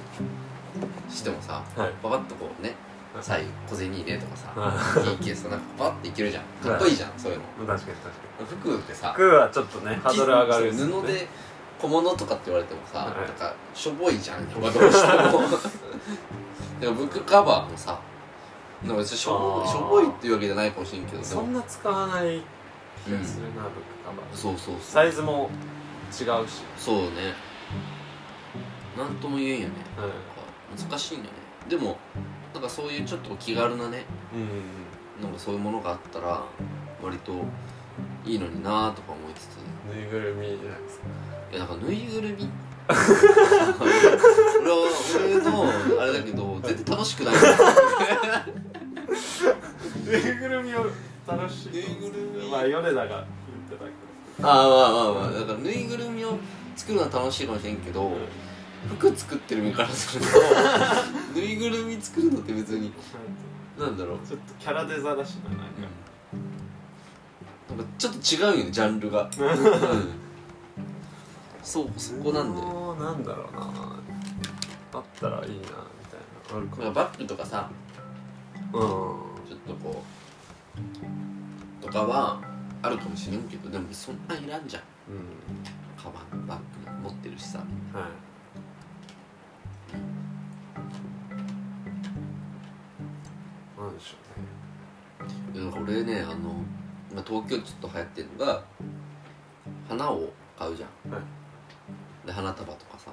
してもさはいパパッとこうね左右小銭入れとかさはいいいケースなんかパッていけるじゃんかっこいいじゃん、そういうの確かに確かに服ってさ服はちょっとねハードル上がるっすね布で小物とかって言われてもさ、はいなんかしょぼいじゃんやっぱどう してもでもブックカバーもさなんか別にしょぼあいーしょぼいっていうわけじゃないかもしれんけどでそもんな使わない気がするな、ブックカバーそうそうそサうイズも違うし、そうねなんとも言えんよねうん、なんか難しいんよねでもなんかそういうちょっと気軽なねうんうんなんかそういうものがあったら割といいのになーとか思いつつうんぬいぐるみじゃないですかいやなんかぬいぐるみ 俺は俺のあれだけど全然楽しく ないぬいぐるみを楽しいぬいぐるみまあ米田が言ってたけああまあまあまあだからぬいぐるみを作るのは楽しいかもしれんけど、ど、服作ってる身からする とぬいぐるみ作るのって別になんだろう、ちょっとキャラデザだしななんか、うん、なんかちょっと違うよねジャンルが、うん、そうそこなんだよもうなんだろうなあったらいいなみたいなあるかなんかバッグとかさうんちょっとこうとかはあるかもしれんけどでもそんなんいらんじゃんうんカバンバッグ持ってるしさはいなんでしょうねなんか俺ねあの今東京ちょっと流行ってるのが花を買うじゃん、はいで花束とかさ、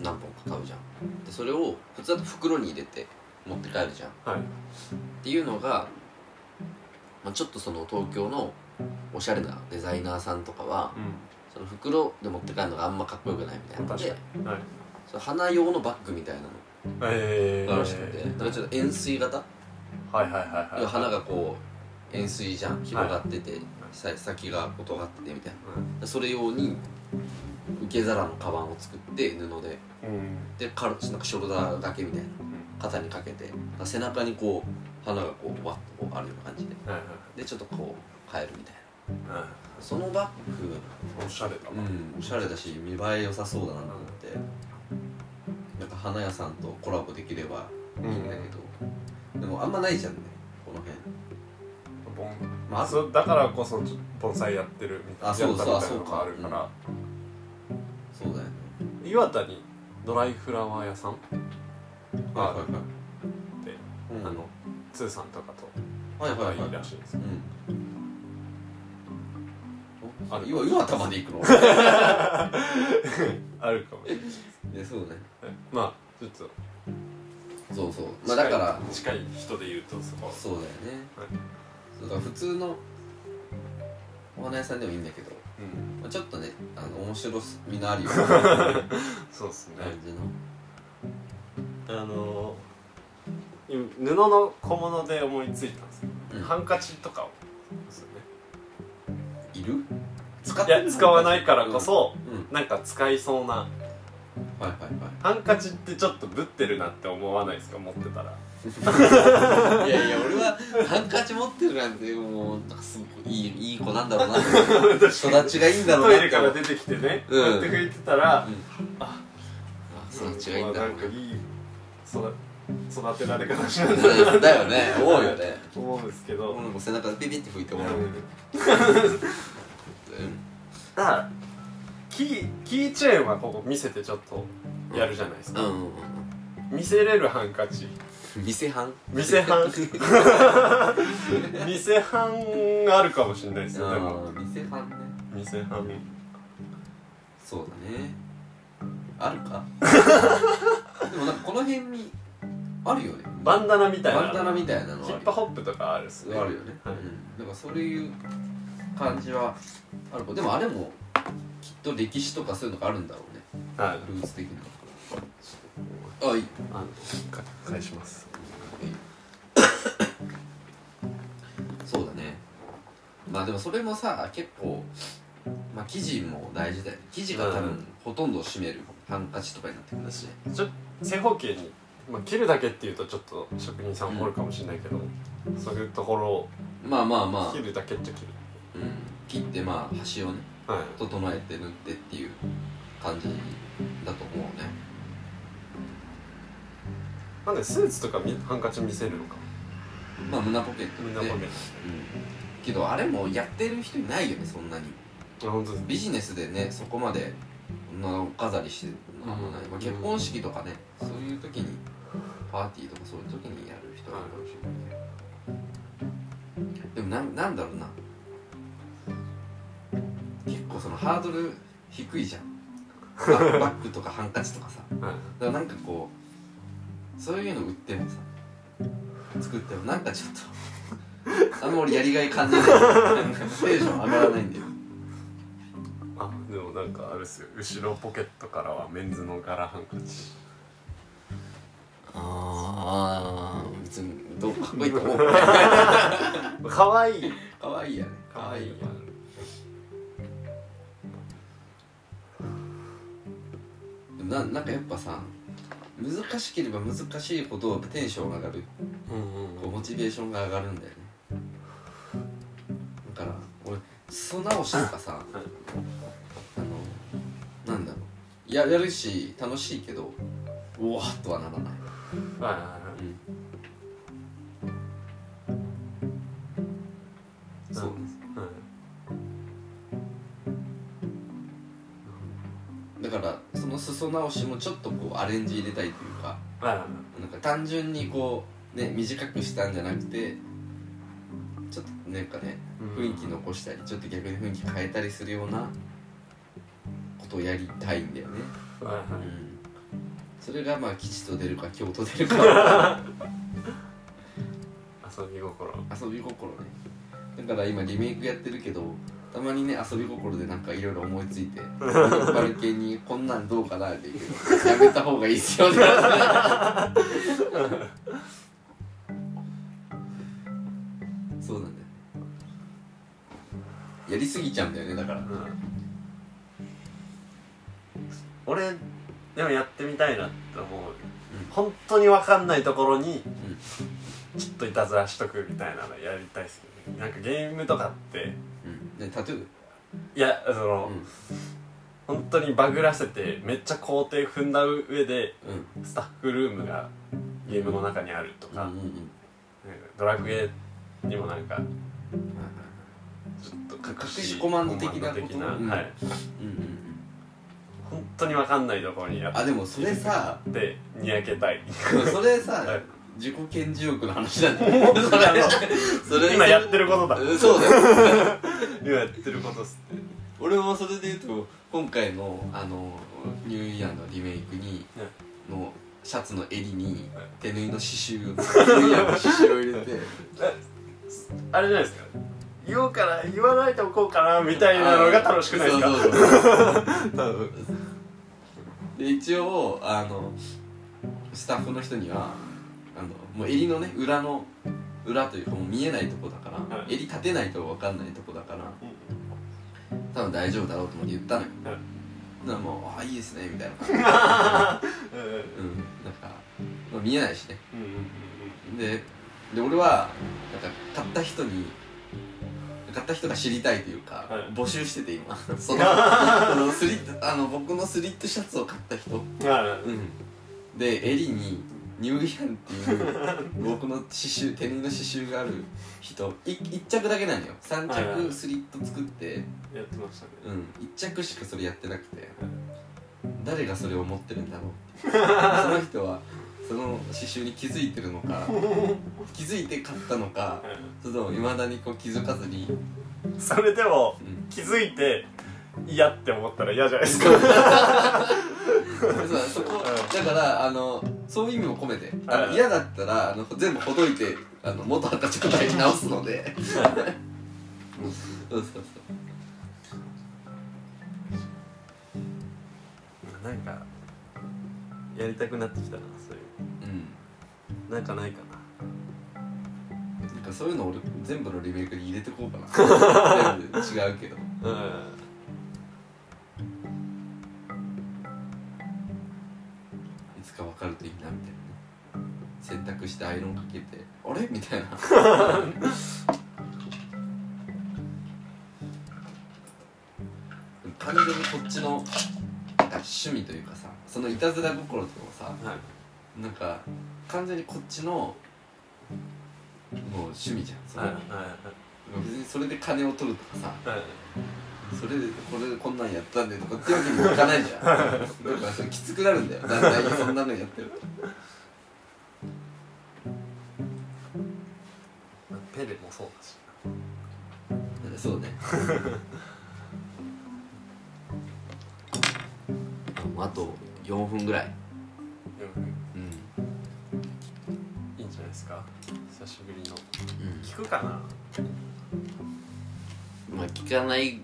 何本か買うじゃんでそれを普通だと袋に入れて持って帰るじゃんっはいていうのが、まあ、ちょっとその東京のおしゃれなデザイナーさんとかはうその袋で持って帰るのがあんまかっこよくないみたいなの確でかにはいその花用のバッグみたいなのえがあるらしくて、だからちょっと円錐型はいはいはい要はいは花がこう円錐じゃん広がってて、さ先がこう尖っててみたいなそれ用に受け皿のカバンを作って布でうんでかなんかショルダー掛けみたいな肩にかけてなんか背中にこう花がこうわっとこうあるような感じではいはいでちょっとこう変えるみたいなはそのバッグいおしゃれだうんおしゃれだし見栄え良さそうだなと思ってなんか花屋さんとコラボできればいいんだけど、でもあんまないじゃんねこの辺盆まあそうだからこそ盆栽やってるみたいなあそうそうやったみたいなのがああそうるかからそうだよね岩田にドライフラワー屋さんってはいはいはいうんあの通さんとかとはいはい仲はいいいらしいんですようんあある岩岩田まで行くのあるかもしれない いやそうねまあちょっとそうそうまあだから近い人で言うとそこそうだよね、はいそうだから普通のお花屋さんでもいいんだけど、うんまあ、ちょっとねあの面白みのあるよう なそうですね感じのあのー今布の小物で思いついたんですけどうんハンカチとかをですよねいる使っいてんやの使わないからこそうん、うんなんか使いそうなはいはいハンカチってちょっとぶってるなって思わないですか持ってたらはいいやいや俺はハンカチ持ってるなんてもうなんかすごくいいいい子なんだろうな育ちがいいんだろうトなイレからて出てきてねこううんやって拭いてたら育ちがいいんだろうななんかいい育育てられ方しないなそうだよね多いよねと思うんですけど、俺も背中でピピって拭いてもらう、うん、だからキーキーチェーンはここ見せてちょっとやるじゃないですか、うんうん見せれるハンカチうん店班見せハン 見せハンあるかもしれないですよでも店班ね見せハンそうだねある かでもなんかこの辺にあるよねバンダナみたいなバンダナみたいなのヒあッるプホップとかあるっすねあるよね、はいうん、なんかそういう感じはあるかでもあれもきっと歴史とかそういうのがあるんだろうねはいルーツ的なあいいあのか返しますまあでもそれもさ結構、まあ、記事も大事だよ記事が多う分んほとんどを占めるハンカチとかになってくるしちょ正方形に、まあ、切るだけっていうとちょっと職人さん怒るかもしれないけど、そういうところをまあまあまあ切、るだけっちゃ切る、うん、切ってまあ端をねはい、整えて塗ってっていう感じだと思うねなんでスーツとかみハンカチ見せるのかまあ胸ポケッみんなトでポケッうんけどあれもやってる人いないよねそんなにトあ本当ですビジネスでねそこまでこんなお飾りしてるのあんまない、うんまあ、結婚式とかねそういう時にパーティーとかそういう時にやる人はいるかもしれないねでもなんなんだろうな結構そのハードル低いじゃ んババッグとかハンカチとかさはいだからなんかこうそういうの売ってもさ作ってもなんかちょっとあんま俺やりがい感じないなんかテンション上がらないんだよあでもなんかあれですよ後ろポケットからはメンズの柄ハンカチああ別にどうかっこいいと思うかわいいかわいいやねかわいいやななんかやっぱさ難しければ難しいほどテンションが上がるうんうんこうモチベーションが上がるんだよねだから俺裾直しとかさあのなんだろうややるし楽しいけどうわーっとはならない、はいはいはそういはいだからその裾直しもちょっとこうアレンジ入れたいというかはいはいなんか単純にこうね短くしたんじゃなくてちょっとなんかね雰囲気残したりちょっと逆に雰囲気変えたりするようなことをやりたいんだよね、はいはういん、それがまあ吉と出るか京と出るか遊び心遊び心ねだから今リメイクやってるけどたまにね遊び心でなんかいろいろ思いついてバルケにこんなんどうかなって言うけどやめた方がいいっす よって言われてそうなんだよやりすぎちゃうんだよねだから俺でもやってみたいなって思う、本当に分かんないところに、ちょっといたずらしとくみたいなのやりたいっすよねなんかゲームとかってうんでタトゥーいやその、うん本当にバグらせてめっちゃ工程踏んだ上でうんスタッフルームがゲームの中にあるとうんうか、んうんなんかドラクエにもなんかはいはいちょっと隠しコマンド的なコマンド的ことうんはいうんうんうん本当に分かんないところにやあでもそれさってにやけたいそれさはい自己顕示欲の話なんだよそれそれ今やってることだうんそうだよ今やってることっす俺もそれで言うと今回のあのニューイヤーのリメイクに、ねのシャツの襟にはい手縫いの刺繍をニューイヤーの刺繍を入れてあれじゃないですか言おうかな言わないでおこうかなみたいなのが楽しくないですかそうそうそう多分で一応あのスタッフの人にはあのもう襟のね裏の裏というかもう見えないとこだから、はい襟立てないと分かんないとこだから多分大丈夫だろうと思って言ったのよ、はいだからもう「ああいいですね」みたいな感じうんうんうんなんか、まあ、見えないしねうんうんでで俺はなんか買った人に買った人が知りたいというか、はい募集してて今そ のあのスリットあの僕のスリットシャツを買った人、うんはいうん、で襟にニューイヤンっていう僕の刺繍手縫いの刺繍がある人い1着だけなのよ3はいはいは着いスリット作って、やってましたねうん、一着しかそれやってなくて誰がそれを持ってるんだろうってい うその人はその刺繍に気づいてるのか気づいて買ったのかそれともいまだにこう気づかずに、うんそれでもうん、気づいて嫌って思ったら嫌じゃないですかそうそこだからあのそういう意味も込めてあはのい嫌だったらあの全部ほどいてあの元赤ちゃんみたいに直すのでそうそうそうなんかやりたくなってきたなそういううんなんかないかななんかそういうの俺全部のリメイクに入れてこうかな全部違うけどうんいつか分かるといいなみたいなね洗濯してアイロンかけてあれみたいな 完全にこっちのなんか趣味というかさそのいたずら心とかもさはいなんか完全にこっちのもう趣味じゃんそはいれ、はい別にそれで金を取るとかさはいそれでこれこんなんやったんでとかってわけにもいかないじゃんだからそれきつくなるんだよだんだんそんなのやってるとペレもそうだしそうね あと4分ぐらいうんいいんじゃないですか久しぶりのう聞くかなんまあ聞かない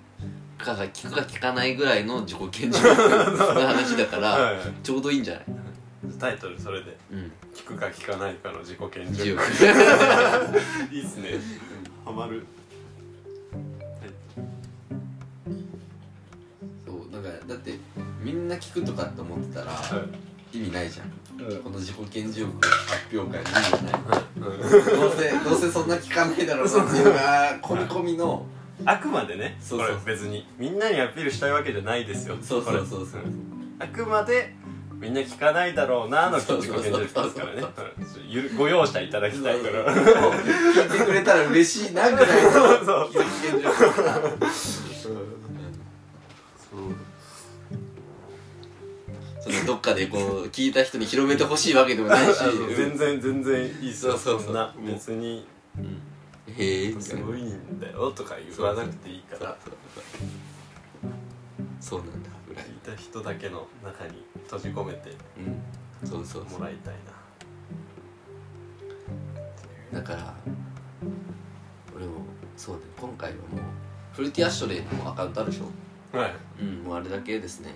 かが聞くか聞かないぐらいの自己顕示欲の話だ から、はいちょうどいいんじゃないタイトルそれでうん聞くか聞かないかの自己顕自示 由欲いいっすねハマるそうだからだってみんな聞くとかって思ってたら意味ないじゃんこの自己顕示欲発表会の意味がないどうせどうせそんな聞かないだろうなって いうのが込み込みのあくまでねそうこそうれ別にみんなにアピールしたいわけじゃないですよそうそうこそうそうれあくまでみんな聞かないだろうなのそう自己そう顕示欲ですからねうんゆるご容赦いただきたいから聞いてくれたら嬉しいなぐらいのそう自己顕示欲だからそのどっかでこう聞いた人に広めてほしいわけでもないしあの全然全然いいっすよそうそうそうんなもう別にへえみたすいなごいんだよとか言わなくていいかそらうそうそうそうなんだぐらい聞いた人だけの中に閉じ込めてうんそうそうそうもらいたいなだから俺もそうね今回はもうフルティアッショレイのアカウントあるでしょはいうんもうあれだけですね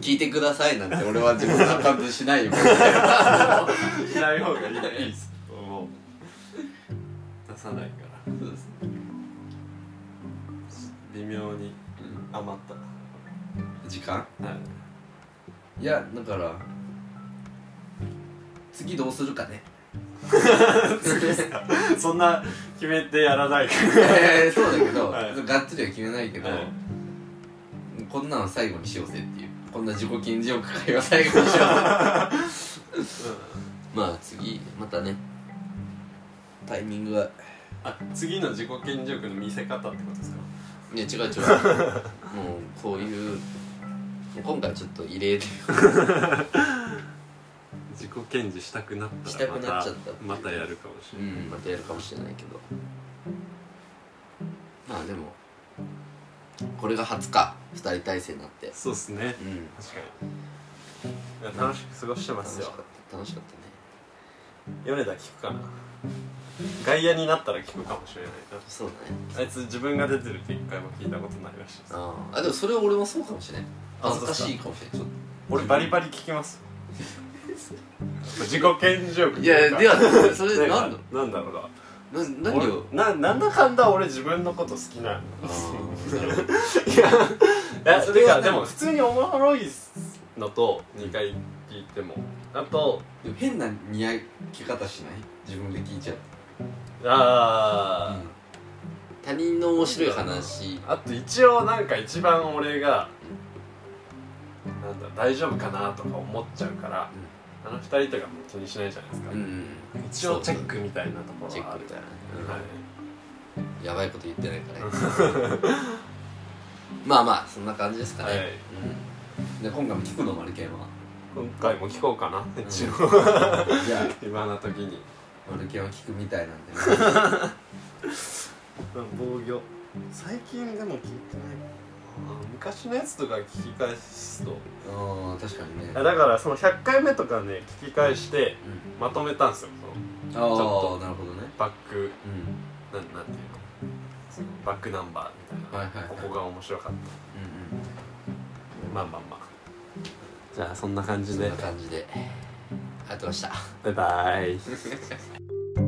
聞いてくださいなんて俺は自分のアカウントし ないよしない方がいいいいっすもう出さないからそうです微妙に余った時間はいいやだから次どうするかね そんな決めてやらないかえーそうだけど、はいがっつりは決めないけど、ら、こんなの最後にしようぜっていうこんな自己顕示欲会は最後にしようまあ次またねタイミングがあ次の自己顕示欲の見せ方ってことですかい や違う違うもうこういう今回はちょっと異例で自己顕示したくなったしたらまくたなっちゃったまたやるかもしれうない、んまたやるかもしれないけどまあでもこれが初か2人体制になってそうっすねうん確かにいや楽しく過ごしてま楽すしよかった楽しかったね米田聞くかな外野になったら聞くかもしれないなそうだねあいつ自分が出てるって一回も聞いたことないらしいですあーあでもそれは俺もそうかもしれないあ恥ずかしいかもしれないちょっ俺バリバリ聞き ます自己顕示欲といやいやではそれなんかなん何のだろうなな何を俺ななんだかんだ俺自分のこと好きなのあーなるほ いどやそそれれはがでも普通におもろいのと2回聞いてもあとでも変な似合い方しない自分で聞いちゃう、あうん他人の面白い話ーあと一応なんか一番俺がなんだ大丈夫かなとか思っちゃうから、あの2人とかも気にしないじゃないですか、うん一応チェックみたいなとこチェろッはあクるみたいなね、うんはいやばいこと言ってないからね まあまあそんな感じですかね、はいうん、で今回も聞くの丸犬 は今回も聞こうかな一応 じゃ今の時にあ丸犬は聞くみたいなん で、ね、防御最近でも聞いてない昔のやつとか聞き返すとうん確かにねあだからその100回目とかね聞き返してうんまとめたんですよそのああょっとなるほどねバックうんなんなんていうのそのバックナンバーみたいな、はいはいはこいこが面白かったうんまあまあまあじゃあそんな感うんじそんでな感じでりがとうございましたバイバイ